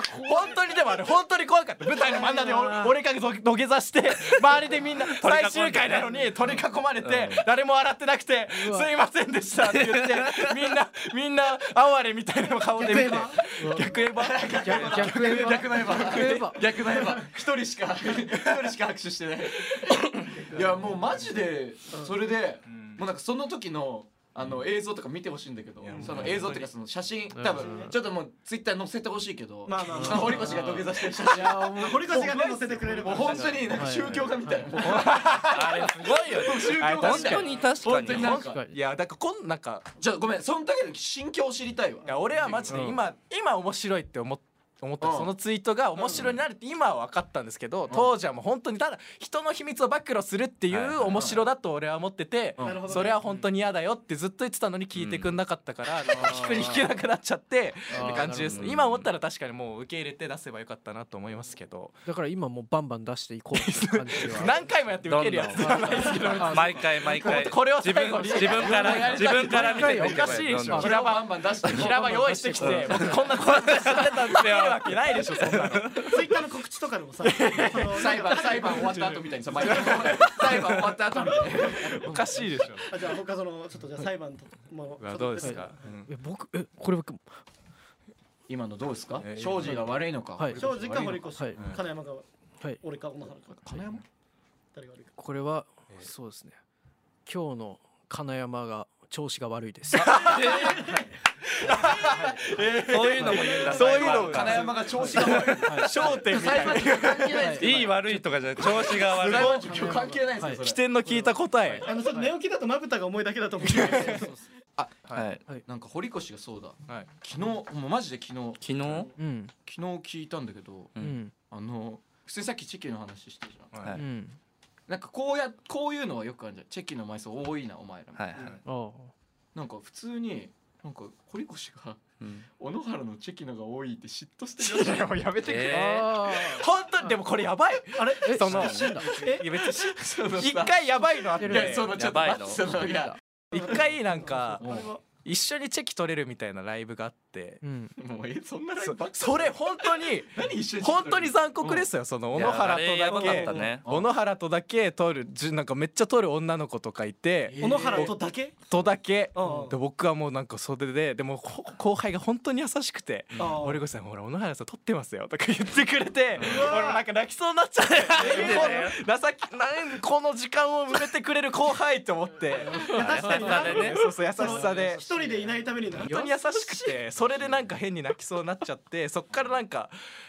Speaker 5: ー
Speaker 7: 本当にでもあれ本当に怖かった舞台の真ん中でお俺が土土下座して周りでみんな最終回なのに取り囲まれて誰も笑ってなくて「すいませんでした」って言ってみんなみんな哀れみたいな顔で見て逆エヴァ
Speaker 5: 逆エヴァ
Speaker 4: 逆のエヴァ。
Speaker 5: 逆エヴァ
Speaker 4: 逆のエヴァ。一人しか、一人しか拍手してない。いや、もうマジで、それで、もうなんかその時の。あの映像とか見てほしいんだけど、その映像っていうかその写真多分ちょっともうツイッター載せてほしいけど、
Speaker 3: まあまあまあ
Speaker 4: その堀越が土下座してる写真、
Speaker 3: た堀越がね乗せてくれる
Speaker 4: *laughs* もう本当になんか宗教家みたいな、もう
Speaker 6: あれすごいよね
Speaker 4: 宗教家みたいな
Speaker 6: 本当に確か
Speaker 4: 本
Speaker 6: に
Speaker 4: 当になん
Speaker 5: 確
Speaker 4: か
Speaker 5: かに
Speaker 7: いやだからこんなんか
Speaker 4: じゃあごめんその時の心境を知りたいわ
Speaker 7: いや俺は
Speaker 4: *laughs*
Speaker 7: マジで今今面白いって思っ思った
Speaker 4: うん
Speaker 7: そのツイートが面白いになるって今は分かったんですけど当時はもう本当にただ人の秘密を暴露するってい
Speaker 6: はいはいう
Speaker 7: 面白だと俺は思ってて
Speaker 4: うんな
Speaker 3: るほどね
Speaker 7: それは本当に嫌だよってずっと言ってたのに聞いてくんなかったから聞くに引けなくなっちゃって
Speaker 5: あー
Speaker 7: って感じで
Speaker 6: な
Speaker 7: す
Speaker 6: るほど
Speaker 7: ね今思ったら確かにもう受け入れて出せばよかったなと思いますけど
Speaker 5: だから今もうバンバン出していこうっていう感じ
Speaker 7: *laughs*
Speaker 5: は
Speaker 7: 何回もやって受けるやつじゃないですけど
Speaker 6: 毎回毎回
Speaker 7: これを
Speaker 6: 自
Speaker 7: 最
Speaker 6: 分
Speaker 7: 後に
Speaker 6: 自分から自分から見てみて
Speaker 7: おかしいでしょ
Speaker 4: それをバンバン出して
Speaker 7: 平場用意してきて僕こんなことやってたんですよわけないでしょそんなの。
Speaker 3: ツイッターの告知とかで
Speaker 7: *laughs*
Speaker 3: もさその
Speaker 4: *laughs* 裁 *laughs* 判裁判終わった後みたいにさ毎回 *laughs* 裁判終わった後みたいな
Speaker 7: おかしいでしょ
Speaker 3: *laughs* あじゃあ他そのちょっとじゃあ裁判ともちょっと
Speaker 7: どうですか、
Speaker 5: いや僕えこれ僕
Speaker 4: *laughs* 今のどうですか
Speaker 7: えー
Speaker 4: 庄司が悪いのか
Speaker 5: はい
Speaker 3: 庄司か堀
Speaker 4: 越
Speaker 3: 越
Speaker 5: はい
Speaker 3: 金山か
Speaker 5: はい
Speaker 3: 俺か小野原か
Speaker 4: 金山
Speaker 3: 誰が悪いか
Speaker 5: これは、
Speaker 7: ええ
Speaker 5: そうですね今日の金山が調子が悪いです
Speaker 6: そういうのも言うんだ
Speaker 4: そういうのも
Speaker 6: 金
Speaker 4: 金
Speaker 6: 山
Speaker 4: 山が調子が *laughs* 悪い
Speaker 6: 焦点みたいなはいいい悪いとかじゃない調子が悪い
Speaker 4: 今日関係ないですよそれ
Speaker 7: 起点の聞いた答え
Speaker 3: あのちょっと寝起きだとまぶたが重いだけだと思うんですけど
Speaker 4: あ
Speaker 6: はい
Speaker 4: なんか堀越がそうだ
Speaker 7: はい
Speaker 4: 昨日もうマジで昨日
Speaker 6: 昨日は
Speaker 5: うん
Speaker 4: 昨日聞いたんだけど
Speaker 6: う
Speaker 5: う
Speaker 6: んん
Speaker 4: あの普通にさっきチェキの話してるじゃん
Speaker 6: いは
Speaker 5: う
Speaker 6: い
Speaker 5: ん
Speaker 4: なんかこうやこういうのはよくあるじゃんチェキの枚数多いなお前らみた
Speaker 6: はい
Speaker 4: ない
Speaker 5: あ
Speaker 4: なんか普通になんか堀越が *laughs*
Speaker 6: うん
Speaker 4: 小野原のチェキのが多いって嫉妬してるらしいやめて
Speaker 5: あ
Speaker 6: えー
Speaker 5: あ
Speaker 7: 本当にでもこれやばい
Speaker 3: あれ
Speaker 5: ーえ
Speaker 7: その
Speaker 5: 死んだ
Speaker 7: いや別に
Speaker 4: そのさ
Speaker 7: 一回やばいのあって
Speaker 5: い
Speaker 4: いやそのちょっと
Speaker 6: やばい
Speaker 4: 待
Speaker 6: の
Speaker 4: ってそのいや
Speaker 7: 一回なんか
Speaker 4: も
Speaker 7: 一緒にチェキ取れるみたいなライブがあって
Speaker 5: うん
Speaker 4: うもうえそんなライ
Speaker 7: そ
Speaker 4: ブばっか
Speaker 7: それ本当に
Speaker 4: 何一緒に
Speaker 7: 本当に残酷ですよその小野原
Speaker 6: いやあれや
Speaker 7: と
Speaker 6: ば
Speaker 7: だ
Speaker 6: かっ
Speaker 7: け
Speaker 6: たね
Speaker 7: 小野原とだけ取るじなんかめっちゃ取る女の子とかいて
Speaker 3: *laughs* 小野原とだけ
Speaker 7: とだけ
Speaker 3: うんうん
Speaker 7: で僕はもうなんか袖ででもほ後輩が本当に優しくて
Speaker 3: ああ
Speaker 7: 俺越さんほら小野原さん撮ってますよとか言ってくれて
Speaker 3: うわー
Speaker 7: 俺もなんか泣きそうになっちゃって
Speaker 6: 見てたよ
Speaker 7: この情けなんこの時間を埋めてくれる後輩と思って
Speaker 6: 優しさでね
Speaker 7: そうそう優しさで
Speaker 3: 一人でいないためにな
Speaker 7: 本当に優しくてそれでなんか変に泣きそうになっちゃってそっからなんか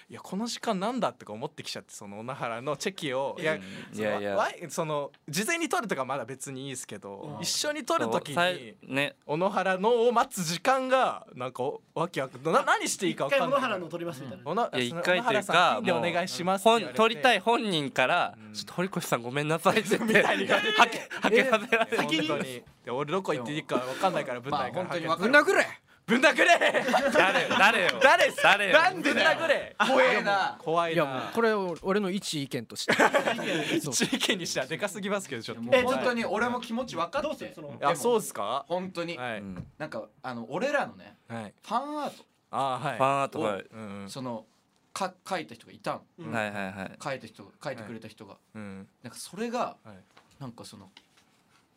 Speaker 7: いやこの時間なんだとか思ってきちゃってその小野原のチェキをいや
Speaker 6: いやいや
Speaker 7: わその事前に撮るとかまだ別にいいですけど
Speaker 3: うん
Speaker 7: 一緒に撮る時
Speaker 6: さ
Speaker 7: に
Speaker 6: い。ね
Speaker 7: 小野原のを待つ時間がなんかわけわかんな何していいか
Speaker 3: 一回
Speaker 7: わかん
Speaker 3: 小
Speaker 7: ない
Speaker 3: 野原の取りますみたいな、
Speaker 7: 小野
Speaker 6: いや
Speaker 7: そ
Speaker 6: 一
Speaker 7: の
Speaker 6: 回とい
Speaker 7: 小野原
Speaker 6: う
Speaker 7: さ
Speaker 6: か
Speaker 7: ん金で
Speaker 6: も
Speaker 7: お願いします
Speaker 6: 本撮りた
Speaker 7: い
Speaker 6: い本人から
Speaker 7: うん
Speaker 6: ちょっと堀越さんごめんなさいって言ってはけはけさせられ
Speaker 7: 本
Speaker 6: る
Speaker 7: 当にで俺どこ行っていいかわかんないから舞
Speaker 4: まあ
Speaker 7: 台から
Speaker 4: 本当に
Speaker 7: は
Speaker 4: わ
Speaker 7: け
Speaker 4: かる
Speaker 5: れ
Speaker 7: ぶん殴れ
Speaker 6: 誰よ誰よ
Speaker 7: 誰す
Speaker 6: 誰よ
Speaker 7: なんでぶん殴れ
Speaker 4: 怖えな
Speaker 7: 怖い
Speaker 5: い
Speaker 7: な
Speaker 5: やもうこれを俺の一意見としてそう
Speaker 7: 地域にしてはでかすぎますけどちょっと
Speaker 4: もう
Speaker 3: えちょっと
Speaker 4: 本当に俺も気持ち分か
Speaker 3: どう
Speaker 4: っ
Speaker 3: する
Speaker 4: て
Speaker 3: その
Speaker 7: あそうですか
Speaker 4: 本当に
Speaker 7: はい
Speaker 6: うん
Speaker 4: なんかあの俺らのね
Speaker 7: はい
Speaker 4: ファンアート
Speaker 7: あはい
Speaker 6: ファンアートが
Speaker 7: うん
Speaker 4: そのか書いた人がいたの
Speaker 3: うん
Speaker 6: はいはいはい
Speaker 4: 書いた人が書いてくれた人が
Speaker 7: うん
Speaker 4: なんかそれが
Speaker 7: はい
Speaker 4: なんかその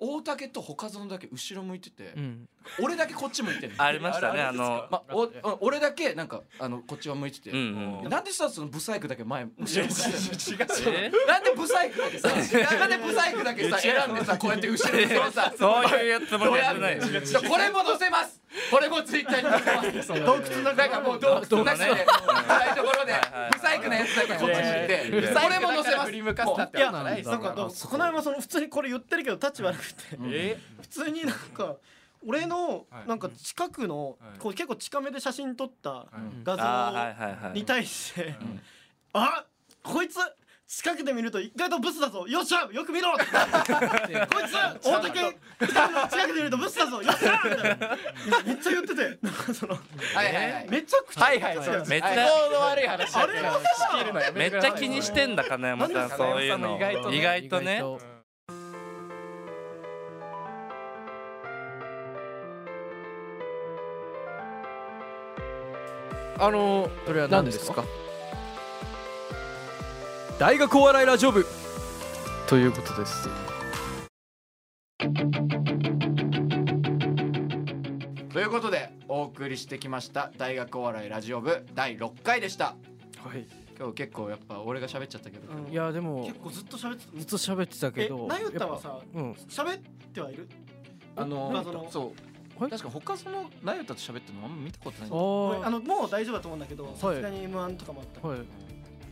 Speaker 4: 大竹と他園だけ後ろ向いてて
Speaker 5: うん
Speaker 4: 俺だけこっち向いてる
Speaker 6: ありましたねあの
Speaker 4: まおお俺だけなんかあのこっちは向いてて、
Speaker 6: うんうん
Speaker 4: なんでさそのブサイクだけ前後ろ向いてる
Speaker 6: え
Speaker 4: なんでブサイクだけさなんでブサイクだけさ選んでさこうやって後ろにそのさ
Speaker 6: そういうやつもりやってないよ
Speaker 4: じゃあこれも載せますこれもツイッターに載せます
Speaker 3: 洞窟の
Speaker 4: な
Speaker 3: 中
Speaker 4: んかもう洞窟の中で
Speaker 6: ね
Speaker 4: 暗いところで
Speaker 6: はいはい
Speaker 4: 不細工なやつだけこっちにいてこれも載せます振り向かせたって
Speaker 3: いやなんかどうこの辺はその普通にこれ言ってるけど立ち悪くて、
Speaker 7: え
Speaker 3: 普通になんか俺の
Speaker 7: はい
Speaker 3: なんか近くの、
Speaker 7: はい
Speaker 3: こう結構近めで写真撮った
Speaker 7: うん
Speaker 3: 画
Speaker 6: あーはい
Speaker 3: 像
Speaker 6: はいはい
Speaker 3: に対して、
Speaker 4: ん
Speaker 3: あこいつ近くで見ると意外とブスだぞよっしゃよく *laughs* 見ろこいつ大竹近くで見るとブスだぞよっしゃみたいなめっちゃ言っててなんかその
Speaker 4: はいはいはい
Speaker 3: めちゃくちゃ
Speaker 7: はいはいそう
Speaker 6: めっち
Speaker 4: はい
Speaker 6: ゃ
Speaker 7: の悪い話
Speaker 3: あれは
Speaker 6: めっちゃ気にしてんだ金山さんそういうの
Speaker 7: 金山さんも
Speaker 6: 意外とね
Speaker 5: あのそれは何
Speaker 7: 何
Speaker 5: で
Speaker 7: ですす
Speaker 5: か
Speaker 7: か
Speaker 5: 大学お笑いラジオ部ということです
Speaker 4: ということでお送りしてきました大学お笑いラジオ部第6回でした
Speaker 5: はい
Speaker 4: 今日結構やっぱ俺が喋っちゃったけど
Speaker 5: いやでも
Speaker 3: 結構ずっと喋ってた
Speaker 5: ずっと喋ってたけど
Speaker 3: えナユタは
Speaker 5: やっ
Speaker 3: さ
Speaker 5: ぱうん
Speaker 3: 喋ってはいる
Speaker 4: あ
Speaker 3: なんかその
Speaker 4: そう
Speaker 5: はい
Speaker 4: 確か他そのナユタと喋ってる *laughs* のあんま見たことないんだ
Speaker 3: ごめんあ
Speaker 5: あ
Speaker 3: のもう大丈夫だと思うんだけど
Speaker 5: い
Speaker 3: さすがに m 1とかもあった
Speaker 5: あはい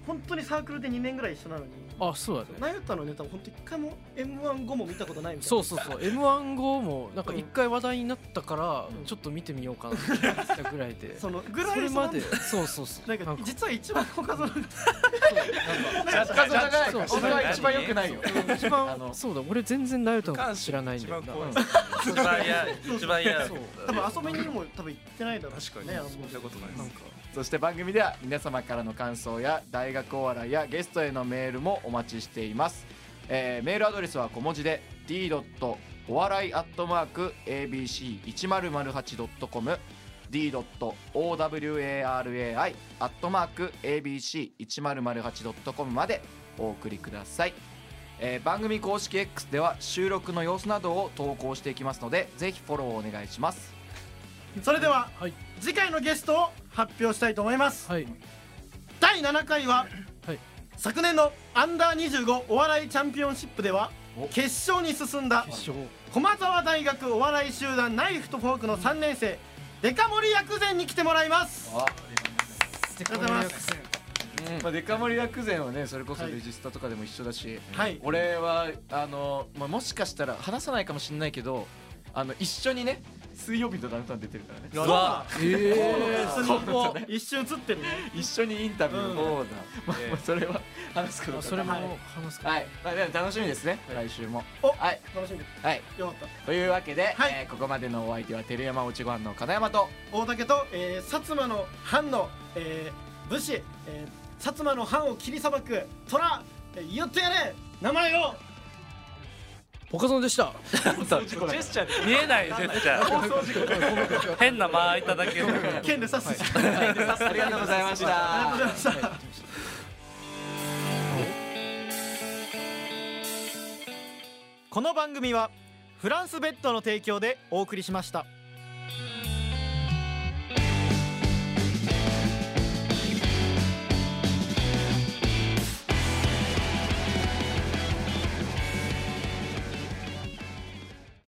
Speaker 3: 本当にサークルで2年ぐらい一緒なのに
Speaker 5: あそうだね
Speaker 3: ナユタのネタを本当一回も m 1後も見たことないみたいな
Speaker 5: そうそうそう m 1後もなんか
Speaker 3: うん
Speaker 5: 一回話題になったから
Speaker 3: うん
Speaker 5: ちょっと見てみようかなってぐらいで
Speaker 3: そのぐら
Speaker 5: そ
Speaker 3: い
Speaker 5: れ
Speaker 3: その
Speaker 5: までそうそうそう
Speaker 3: なんか実は一番他の
Speaker 4: *laughs* 若干それ長いから
Speaker 5: そう
Speaker 4: 俺は一番良くないよ *laughs*
Speaker 5: 一
Speaker 4: あ
Speaker 5: 番
Speaker 4: の
Speaker 5: そうだ俺全然ナユタのこと知らないんだよ
Speaker 7: 一
Speaker 5: な
Speaker 7: 番怖い
Speaker 6: 一番嫌一番嫌
Speaker 5: そう
Speaker 3: 多分遊びにも多分行ってないだろうし
Speaker 7: 確かに
Speaker 3: ねあの
Speaker 7: 見たことないです
Speaker 4: そして番組では皆様からの感想や大学お笑いやゲストへのメールもお待ちしています、えーメールアドレスは小文字で d. お笑いアットマーク abc1008.com d. o w a r a i アットマーク abc1008.com までお送りください、えー番組公式 X では収録の様子などを投稿していきますのでぜひフォローお願いします
Speaker 3: それでは、
Speaker 5: はい
Speaker 3: 次回のゲストを発表したいと思います、
Speaker 5: はい
Speaker 3: 第7回は、
Speaker 5: はい
Speaker 3: 昨年のアンダー25お笑いチャンピオンシップでは決勝に進んだ
Speaker 5: 一生
Speaker 3: 駒沢大学お笑い集団ナイフとフォークの3年生デカ盛り薬膳に来てもらいます
Speaker 4: あ
Speaker 3: ありがとうございます
Speaker 4: まあ、デカ盛り薬膳はねそれこそレジスタとかでも一緒だし、
Speaker 3: はい
Speaker 4: 俺はあの、まあ、もしかしたら話さないかもしれないけどあの一緒にね水曜日とダウンタウン出てるからね
Speaker 7: うわ
Speaker 5: え
Speaker 3: 一緒にこう一瞬映ってるね
Speaker 4: 一緒にインタビュー
Speaker 3: うん
Speaker 4: を、まあまあそれは話すこ
Speaker 5: ー
Speaker 4: と
Speaker 5: あそれも
Speaker 4: はい、
Speaker 5: 話すか
Speaker 4: はいまあでも楽しみですね、来週も
Speaker 3: お
Speaker 4: はい
Speaker 3: 楽しみで
Speaker 4: はい
Speaker 3: すよかった
Speaker 4: というわけで、
Speaker 3: はい
Speaker 4: えーここまでのお相手は照山おちご飯の金山と
Speaker 3: 大竹と、えー、薩摩の藩の、えー、武士、えー、薩摩の藩を切りさばく虎、えー、言ってやれ名前を
Speaker 5: ポカソンでした
Speaker 7: ジェスチャーで
Speaker 6: 見えないですじゃあ変な間空いただけで
Speaker 3: 剣で刺す、
Speaker 4: ありがとうございました
Speaker 3: ありがとうございました、この番組はフランスベッドの提供でお送りしました